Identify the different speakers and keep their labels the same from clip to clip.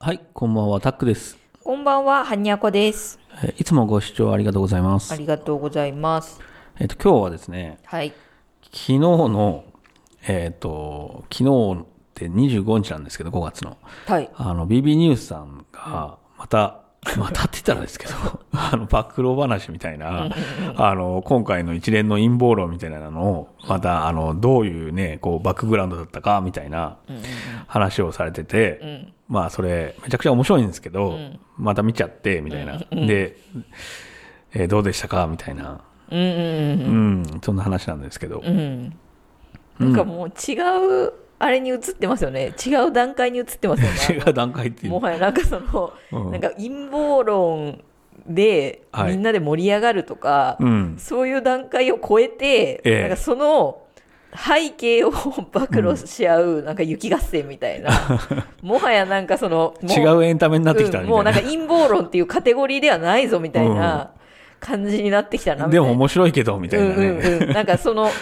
Speaker 1: はい、こんばんは、タックです。
Speaker 2: こんばんは、はにゃこです。
Speaker 1: えいつもご視聴ありがとうございま
Speaker 2: あ
Speaker 1: す。
Speaker 2: りがとうございます。
Speaker 1: えっと、今日はですね、
Speaker 2: はい。
Speaker 1: 昨日の、えっと、昨日って25日なんですけど、5月の、
Speaker 2: はい。
Speaker 1: あの、BB ニュースさんが、また、 またって言ったらですけど、 あの、暴露話みたいな、あの、今回の一連の陰謀論みたいなのを、また、あの、どういうね、こう、バックグラウンドだったか、みたいな話をされてて、まあ、それ、めちゃくちゃ面白いんですけど、また見ちゃって、みたいな。で、えーどうでしたかみたいな。
Speaker 2: うんうん
Speaker 1: うん、そんな話なんですけ ど。
Speaker 2: うんうん。なんかもう違う、あれに移ってますよね。違う段階に移ってますよ
Speaker 1: 違
Speaker 2: ね。
Speaker 1: う段階って いう
Speaker 2: も。はやなんかその、
Speaker 1: うん
Speaker 2: なんか陰謀論で
Speaker 1: はい
Speaker 2: みんなで盛り上がるとか、
Speaker 1: うん。
Speaker 2: そういう段階を超えて、
Speaker 1: ええ
Speaker 2: なんかその背景を暴露し合う、なんか雪合戦み たいな。もはやなんかその、もう
Speaker 1: 違うエンタメになってきた
Speaker 2: うん
Speaker 1: み
Speaker 2: も
Speaker 1: た
Speaker 2: う
Speaker 1: い
Speaker 2: なん
Speaker 1: な
Speaker 2: か。陰謀論っていうカテゴリーではないぞみたいな感じになってきたなみた
Speaker 1: で
Speaker 2: いな
Speaker 1: も面白いけど、みたいなね。
Speaker 2: うんうんうん、なんかその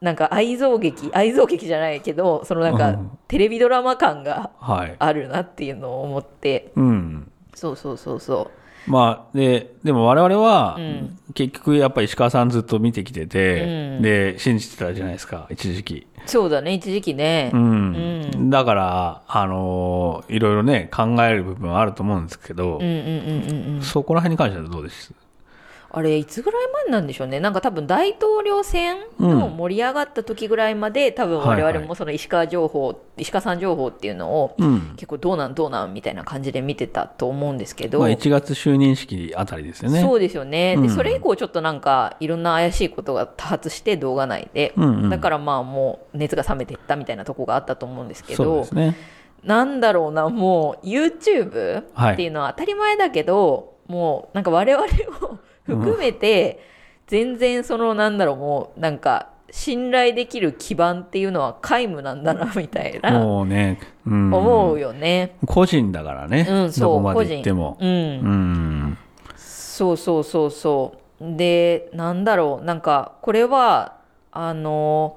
Speaker 2: なんか愛憎劇愛憎劇じゃないけどそのなん
Speaker 1: う
Speaker 2: か
Speaker 1: ん
Speaker 2: テレビドラマ感が
Speaker 1: はい。
Speaker 2: あるなっていうのを思って
Speaker 1: うん。
Speaker 2: そうそうそうそ
Speaker 1: まあ、で、でも我々は
Speaker 2: うん、
Speaker 1: 結局やっぱ石川さんずっと見てきてて、
Speaker 2: うん
Speaker 1: で、信じてたじゃないですか、一時期。
Speaker 2: うそうだね一時期ね
Speaker 1: うん。
Speaker 2: う
Speaker 1: だから、あのーいろいろね、考える部分はあると思うんですけど、
Speaker 2: うんうんうんうんうん
Speaker 1: そこら辺に関してはどうです
Speaker 2: あれいつぐらい前なんでしょうねなんか多分大統領選の盛り上がった時ぐらいまで多分我々もその石川情報、石川さん情報っていうのを
Speaker 1: うん。
Speaker 2: 結構どうなんどうなんみたいな感じで見てたと思うんですけど、
Speaker 1: まあ、1月就任式あたりですよね。。
Speaker 2: そううですよね、
Speaker 1: うん
Speaker 2: でそれ以降ちょっとなんかいろんな怪しいことが多発して動画内で、
Speaker 1: うんうん
Speaker 2: だからまあもう熱が冷めていったみたいなとこがあったと思うんですけ
Speaker 1: そう
Speaker 2: ど
Speaker 1: ですね。
Speaker 2: なんだろうなもう YouTube
Speaker 1: はい
Speaker 2: っていうのは当たり前だけど、もうなんか我々を含めて全然そのなんだろうもうなんか信頼できる基盤っていうのは皆無なんだなみたいな
Speaker 1: もうね、うん、
Speaker 2: 思うよね。
Speaker 1: 個人だからね、
Speaker 2: うん、
Speaker 1: ど
Speaker 2: そ
Speaker 1: こ
Speaker 2: う
Speaker 1: ま
Speaker 2: 個
Speaker 1: で行
Speaker 2: 人
Speaker 1: っても。
Speaker 2: うん
Speaker 1: うん。
Speaker 2: そうそうそうそうでなんだろうなんかこれはあの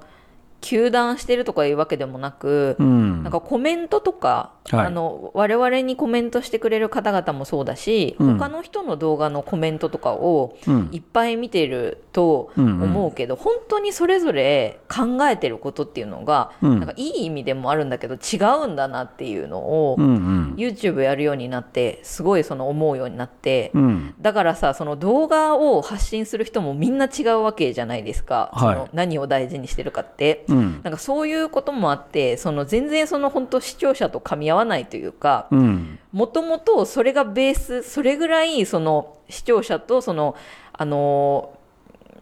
Speaker 2: 糾弾してるとかいうわけでもなく、
Speaker 1: うん。
Speaker 2: なんかコメントとか、
Speaker 1: はい
Speaker 2: あの我々にコメントしてくれる方々もそうだし、
Speaker 1: うん
Speaker 2: 他の人の動画のコメントとかを
Speaker 1: うん
Speaker 2: いっぱい見てると思うけど、本当にそれぞれ考えてることっていうのが、
Speaker 1: うん
Speaker 2: なんかいい意味でもあるんだけど違うんだなっていうのを、
Speaker 1: うんうん。
Speaker 2: YouTube やるようになってすごいその思うようになって、
Speaker 1: うん。
Speaker 2: だからさその動画を発信する人もみんな違うわけじゃないですか、
Speaker 1: はい
Speaker 2: その何を大事にしてるかって、
Speaker 1: うん。
Speaker 2: なんかそういうこともあってその全然その本当視聴者と噛み合わないというか
Speaker 1: うん。
Speaker 2: もともとそれがベースそれぐらいその視聴者とそのあの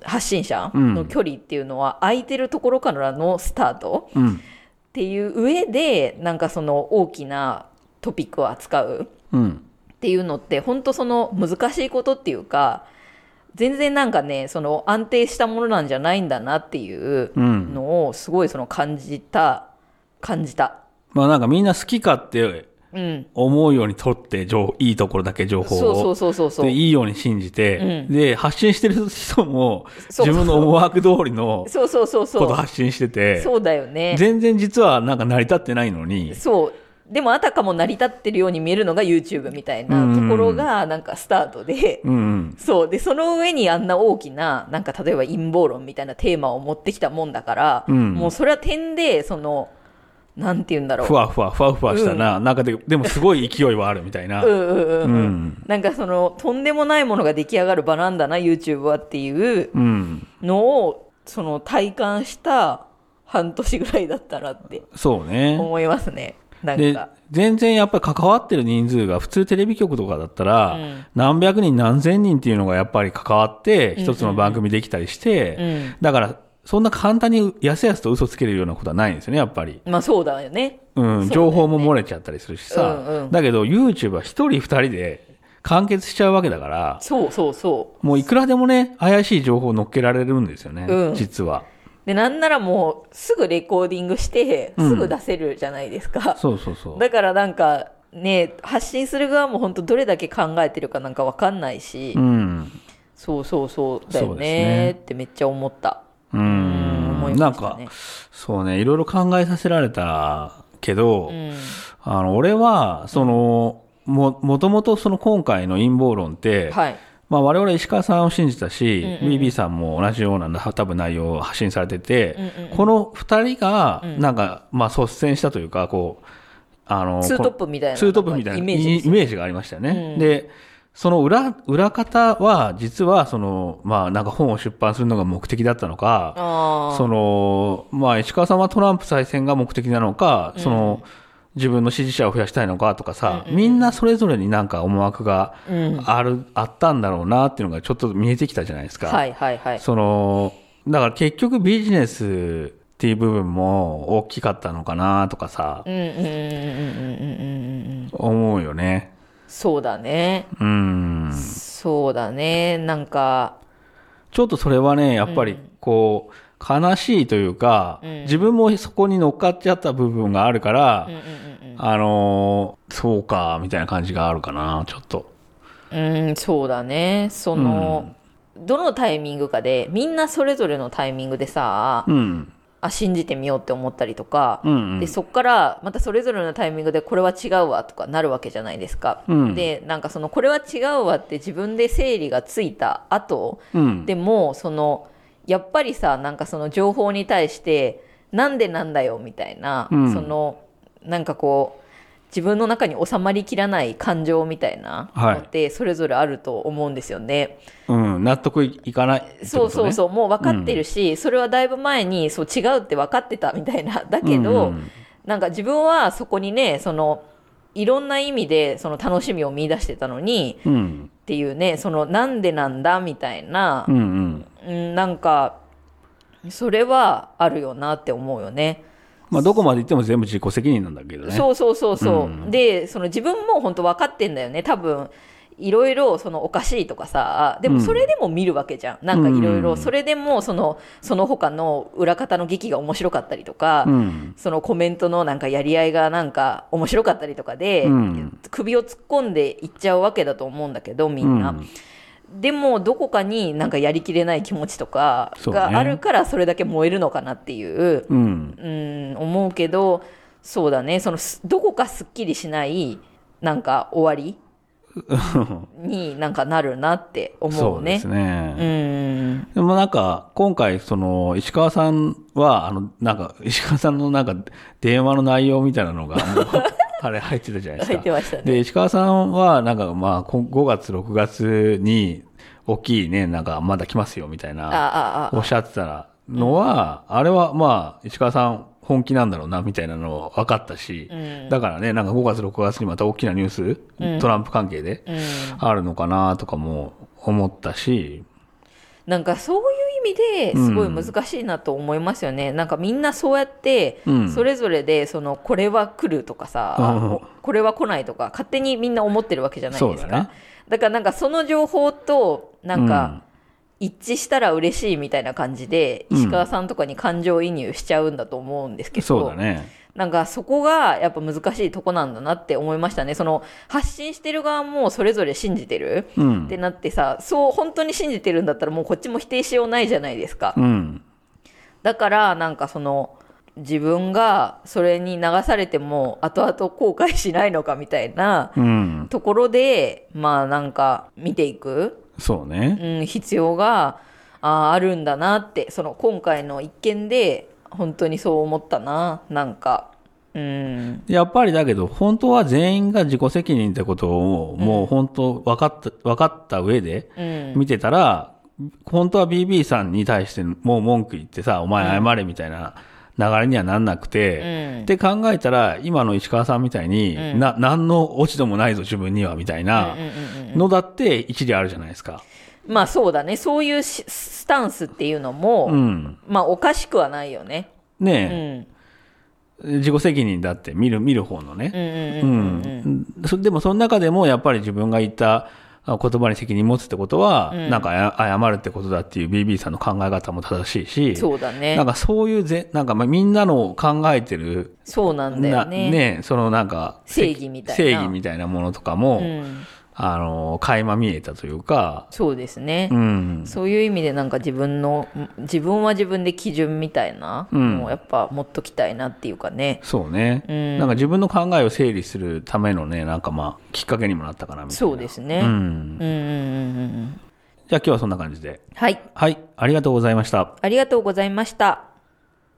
Speaker 2: ー発信者の距離っていうのは空いてるところからのスタート
Speaker 1: うん。
Speaker 2: っていう上でなんかその大きなトピックを扱う
Speaker 1: うん。
Speaker 2: っていうのって本当その難しいことっていうか全然なんかねその安定したものなんじゃないんだなっていう
Speaker 1: うん。
Speaker 2: のをすごいその感じた感じた。
Speaker 1: まあなんかみんな好きかって
Speaker 2: うん、
Speaker 1: 思うように取って、情いいところだけ情報を。
Speaker 2: そうそうそうそうそう
Speaker 1: で、いいように信じて、
Speaker 2: うん
Speaker 1: で、発信してる人も、
Speaker 2: そう
Speaker 1: 自分の思惑通りの
Speaker 2: そうそうそう
Speaker 1: こ
Speaker 2: そ
Speaker 1: と
Speaker 2: う
Speaker 1: 発信してて、
Speaker 2: そうだよね
Speaker 1: 全然実はなんか成り立ってないのに、
Speaker 2: そうでもあたかも成り立ってるように見えるのが YouTube みたいなところがなんかスタートで、
Speaker 1: うんうん。
Speaker 2: そうでその上にあんな大きななんか例えば陰謀論みたいなテーマを持ってきたもんだから、
Speaker 1: うん
Speaker 2: もうそれは点でそのなんて言うんだろう
Speaker 1: ふわふわ、ふわふわしたな、なんかで、でもすごい勢いはあるみたいな。
Speaker 2: うんうんうんうん
Speaker 1: うん
Speaker 2: なんかそのとんでもないものが出来上がる場なんだな YouTube はっていう
Speaker 1: うん。
Speaker 2: のをその体感した半年ぐらいだったなって
Speaker 1: そうね。
Speaker 2: 思いますねなん
Speaker 1: で
Speaker 2: か、
Speaker 1: 全然やっぱり関わってる人数が普通テレビ局とかだったら、
Speaker 2: うん
Speaker 1: 何百人何千人っていうのがやっぱり関わって、一つの番組できたりして、
Speaker 2: うん、
Speaker 1: だから、そんな簡単にやすやすと嘘つけるようなことはないんですよね、やっぱり。
Speaker 2: まあそうだよね
Speaker 1: うん、
Speaker 2: そうだよね
Speaker 1: 情報も漏れちゃったりするしさ。
Speaker 2: うんうん
Speaker 1: だけど、YouTube は一人二人で完結しちゃうわけだから、
Speaker 2: そうそうそ
Speaker 1: もういくらでもね、怪しい情報を乗っけられるんですよね、
Speaker 2: うん
Speaker 1: 実は。
Speaker 2: うでなんならもうすぐレコーディングして
Speaker 1: うん
Speaker 2: すぐ出せるじゃないですか、
Speaker 1: そうそうそう。
Speaker 2: だからなんかね発信する側も本当どれだけ考えてるかなんか分かんないし、
Speaker 1: うん。
Speaker 2: そうそうそうだ
Speaker 1: そ
Speaker 2: よ
Speaker 1: うですね
Speaker 2: ねってめっちゃ思った
Speaker 1: う
Speaker 2: うん
Speaker 1: ん。
Speaker 2: 思い
Speaker 1: な
Speaker 2: ま
Speaker 1: ん
Speaker 2: した
Speaker 1: か
Speaker 2: ね、
Speaker 1: そうね、いろいろ考えさせられたけど、
Speaker 2: うん
Speaker 1: あの俺はそのももともとその今回の陰謀論って、
Speaker 2: はい
Speaker 1: まあ、我々石川さんを信じたし、
Speaker 2: うんうん
Speaker 1: BB さんも同じような多分内容を発信されてて、
Speaker 2: うんうんうん
Speaker 1: この2人が
Speaker 2: うん
Speaker 1: なんか、まあ、率先したというかこうあの
Speaker 2: ツー
Speaker 1: こ
Speaker 2: トップみたいな
Speaker 1: ツートップみたいな
Speaker 2: イ
Speaker 1: イメ
Speaker 2: メー
Speaker 1: ー
Speaker 2: ジ
Speaker 1: ジ,、
Speaker 2: です
Speaker 1: がありましたよね。
Speaker 2: うん
Speaker 1: でその裏裏方は実はその、まあ、なんか本を出版するのが目的だったのか、
Speaker 2: あ
Speaker 1: その、まあ、石川さんはトランプ再選が目的なのか、その、自分の支持者を増やしたいのかとかさ、みんなそれぞれになんか思惑が
Speaker 2: あ、うん、
Speaker 1: ある、あったんだろうなっていうのがちょっと見えてきたじゃないですか。
Speaker 2: はいはいはい
Speaker 1: その、だから結局ビジネスっていう部分も大きかったのかなとかさ
Speaker 2: う、んうんうんうんうんうんうんうん
Speaker 1: 思うよね。
Speaker 2: そうだね
Speaker 1: うん。
Speaker 2: そうだねなんか
Speaker 1: ちょっとそれはね、やっぱりこう、悲しいというか、
Speaker 2: うん
Speaker 1: 自分もそこに乗っかっちゃった部分があるから、
Speaker 2: うんうんうん
Speaker 1: あのーそうか、みたいな感じがあるかな、ちょっと。
Speaker 2: うんうんそうだねその、どのタイミングかでみんなそれぞれのタイミングでさ、
Speaker 1: うん。
Speaker 2: あ信じてみようって思ったりとか、
Speaker 1: うん、うん
Speaker 2: で。そこからまたそれぞれのタイミングでこれは違うわとかなるわけじゃないですか、
Speaker 1: うん
Speaker 2: でなんかそのこれは違うわって自分で整理がついた後
Speaker 1: うん。
Speaker 2: でもそのやっぱりさなんかその情報に対してなんでなんだよみたいな、
Speaker 1: うん
Speaker 2: そのなんかこう自分の中に収まりきらない感情みたいな
Speaker 1: はい
Speaker 2: のってそれぞれあると思うんですよね。
Speaker 1: うん。納得いかないってこと、ね。
Speaker 2: そうそう
Speaker 1: う。
Speaker 2: そうもう分かってるし、それはだいぶ前にそう違うって分かってたみたいなだけど、
Speaker 1: うんうん
Speaker 2: なんか自分はそこにねそのいろんな意味でその楽しみを見出してたのに
Speaker 1: うん。
Speaker 2: っていうねそのなんでなんだみたいな
Speaker 1: うん、うん。
Speaker 2: うん、なんかそれはあるよなって思うよね。
Speaker 1: まあ、どこまで行っても全部自己責任なんだけどね。
Speaker 2: そうそうそうそう、
Speaker 1: うん
Speaker 2: でその自分も本当分かってんだよね多分いろいろそのおかしいとかさでもそれでも見るわけじゃん、なんかいろいろ
Speaker 1: うん
Speaker 2: それでもそのその他の裏方の劇が面白かったりとか、
Speaker 1: うん。
Speaker 2: そのコメントのなんかやり合いがなんか面白かったりとかで、
Speaker 1: うん
Speaker 2: 首を突っ込んでいっちゃうわけだと思うんだけどみんな、
Speaker 1: うん
Speaker 2: でもどこかになんかやりきれない気持ちとか
Speaker 1: そうね
Speaker 2: があるからそれだけ燃えるのかなっていう
Speaker 1: うん。
Speaker 2: うん、思うけど、そうだね、そのすどこかすっきりしない、なんか終わ りになんかなるなって思
Speaker 1: そううで
Speaker 2: ね。
Speaker 1: す
Speaker 2: う
Speaker 1: ね。
Speaker 2: ん。
Speaker 1: でもなんか、今回、その、石川さんは、あの、なんか、石川さんのなんか、電話の内容みたいなの が、もうあれ入ってたじゃないですか。
Speaker 2: 入ってましたね。
Speaker 1: で、石川さんは、なんか、まあ、こ5月、6月に、大きいね、なんか、まだ来ますよ、みたい
Speaker 2: あ
Speaker 1: な、
Speaker 2: あ、あ
Speaker 1: お
Speaker 2: あ、
Speaker 1: っしゃってたのは、あれは、まあ、石川さん、本気なんだろうな、みたいなの分かったし、
Speaker 2: うん
Speaker 1: だからね、なんか5月、6月にまた大きなニュース、
Speaker 2: うん
Speaker 1: トランプ関係で、
Speaker 2: うん。
Speaker 1: あるのかな、とかも思ったし、
Speaker 2: なんかそういう意味ですごい難しいなと思いますよね。なんかみんなそうやって
Speaker 1: う、ん
Speaker 2: それぞれで、その、これは来るとかさ、
Speaker 1: う
Speaker 2: これは来ないとか、勝手にみんな思ってるわけじゃない
Speaker 1: そ
Speaker 2: で
Speaker 1: う
Speaker 2: す
Speaker 1: だ
Speaker 2: か。
Speaker 1: ね。
Speaker 2: だからなんかその情報と、なんか、一致したら嬉しいみたいな感じで
Speaker 1: うん
Speaker 2: 石川さんとかに感情移入しちゃうんだと思うんです
Speaker 1: う
Speaker 2: け
Speaker 1: ん、
Speaker 2: ど、
Speaker 1: そうだね。
Speaker 2: なんかそこがやっぱ難しいとこなんだなって思いましたねその発信してる側もそれぞれ信じてる
Speaker 1: う
Speaker 2: っ
Speaker 1: ん
Speaker 2: て。なってさそう本当に信じてるんだったらもうこっちも否定しようないじゃないですか
Speaker 1: うん。
Speaker 2: だからなんかその自分がそれに流されても後々後悔しないのかみたいな
Speaker 1: うん。
Speaker 2: ところでまあなんか見ていく
Speaker 1: そうね。
Speaker 2: うん、必要があーあるんだなってその今回の一件で本当にそう思ったななんかうん
Speaker 1: やっぱりだけど、本当は全員が自己責任ってことを、もう本当分かった、分かった上で
Speaker 2: うん
Speaker 1: 見てたら、本当は BB さんに対してもう文句言ってさ、お前謝れみたいな流れにはなんなく
Speaker 2: う
Speaker 1: て、
Speaker 2: ん
Speaker 1: って考えたら、今の石川さんみたいに、
Speaker 2: うん
Speaker 1: な、何の落ち度もないぞ自分には、みたい
Speaker 2: うんう
Speaker 1: なん
Speaker 2: うん
Speaker 1: のだって一理あるじゃないですか。
Speaker 2: まあそうだねそういうしスタンスっていうのも、
Speaker 1: うん。
Speaker 2: まあおかしくはないよね、
Speaker 1: ね
Speaker 2: う
Speaker 1: え、
Speaker 2: ん、
Speaker 1: 自己責任だって見る、見る方のね。
Speaker 2: うんう
Speaker 1: う
Speaker 2: んうん
Speaker 1: ん、そでもその中でもやっぱり自分が言ったあ言葉に責任持つってことは、
Speaker 2: うん
Speaker 1: なんかや謝るってことだっていう BB さんの考え方も正しいし、
Speaker 2: そうだ
Speaker 1: な
Speaker 2: ね
Speaker 1: んかそういうぜ、なんかまあみんなの考えてる、
Speaker 2: そうなんだよね
Speaker 1: なそのなんか、
Speaker 2: 正義みたいな
Speaker 1: 正義みたいなものとかも、
Speaker 2: うん
Speaker 1: あの、垣間見えたというか、
Speaker 2: そうですね、
Speaker 1: うん。
Speaker 2: そういう意味でなんか自分の自分は自分で基準みたいな
Speaker 1: うん
Speaker 2: のをやっぱ持っときたいなっていうかね、
Speaker 1: そうね。
Speaker 2: うん
Speaker 1: なんか自分の考えを整理するためのね、なんかまあ、きっかけにもなったかなみたいな。
Speaker 2: そうですね、
Speaker 1: う
Speaker 2: うん、
Speaker 1: ん。
Speaker 2: うんうんうんうん
Speaker 1: じゃあ今日はそんな感じで。
Speaker 2: はい
Speaker 1: はい、ありがとうございました。
Speaker 2: ありがとうございました